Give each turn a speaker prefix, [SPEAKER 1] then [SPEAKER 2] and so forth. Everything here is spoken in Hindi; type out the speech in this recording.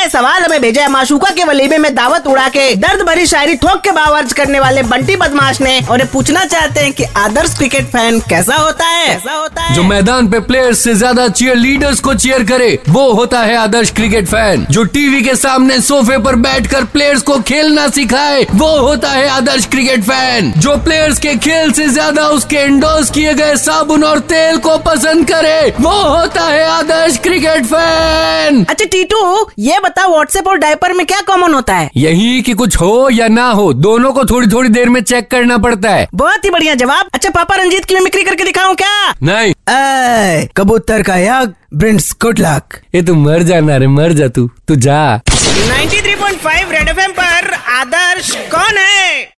[SPEAKER 1] ये सवाल हमें भेजा है माशूका के वलीमे में दावत उड़ा के दर्द भरी शायरी ठोक के भाव अर्ज करने वाले बंटी बदमाश ने और ये पूछना चाहते हैं कि आदर्श क्रिकेट फैन कैसा होता है कैसा होता है
[SPEAKER 2] जो मैदान पे प्लेयर्स से ज्यादा चीयर लीडर्स को चीयर करे वो होता है आदर्श क्रिकेट फैन जो टीवी के सामने सोफे पर बैठकर प्लेयर्स को खेलना सिखाए वो होता है आदर्श क्रिकेट फैन जो प्लेयर्स के खेल से ज्यादा उसके इंडोर्स किए गए साबुन और तेल को पसंद करे वो होता है आदर्श क्रिकेट फैन
[SPEAKER 1] अच्छा टीटू ये बता व्हाट्सएप और डायपर में क्या कॉमन होता है
[SPEAKER 2] यही कि कुछ हो या ना हो दोनों को थोड़ी थोड़ी देर में चेक करना पड़ता है
[SPEAKER 1] बहुत ही बढ़िया जवाब अच्छा पापा रंजीत की मिमिक्री करके दिखाऊं क्या
[SPEAKER 2] नहीं
[SPEAKER 1] ऐ, कबूतर का यग ब्रिंस गुड लक
[SPEAKER 2] ये तू मर जाना रे मर जा तू तू जा
[SPEAKER 3] 93.5 रेड एफएम पर आदर्श कौन है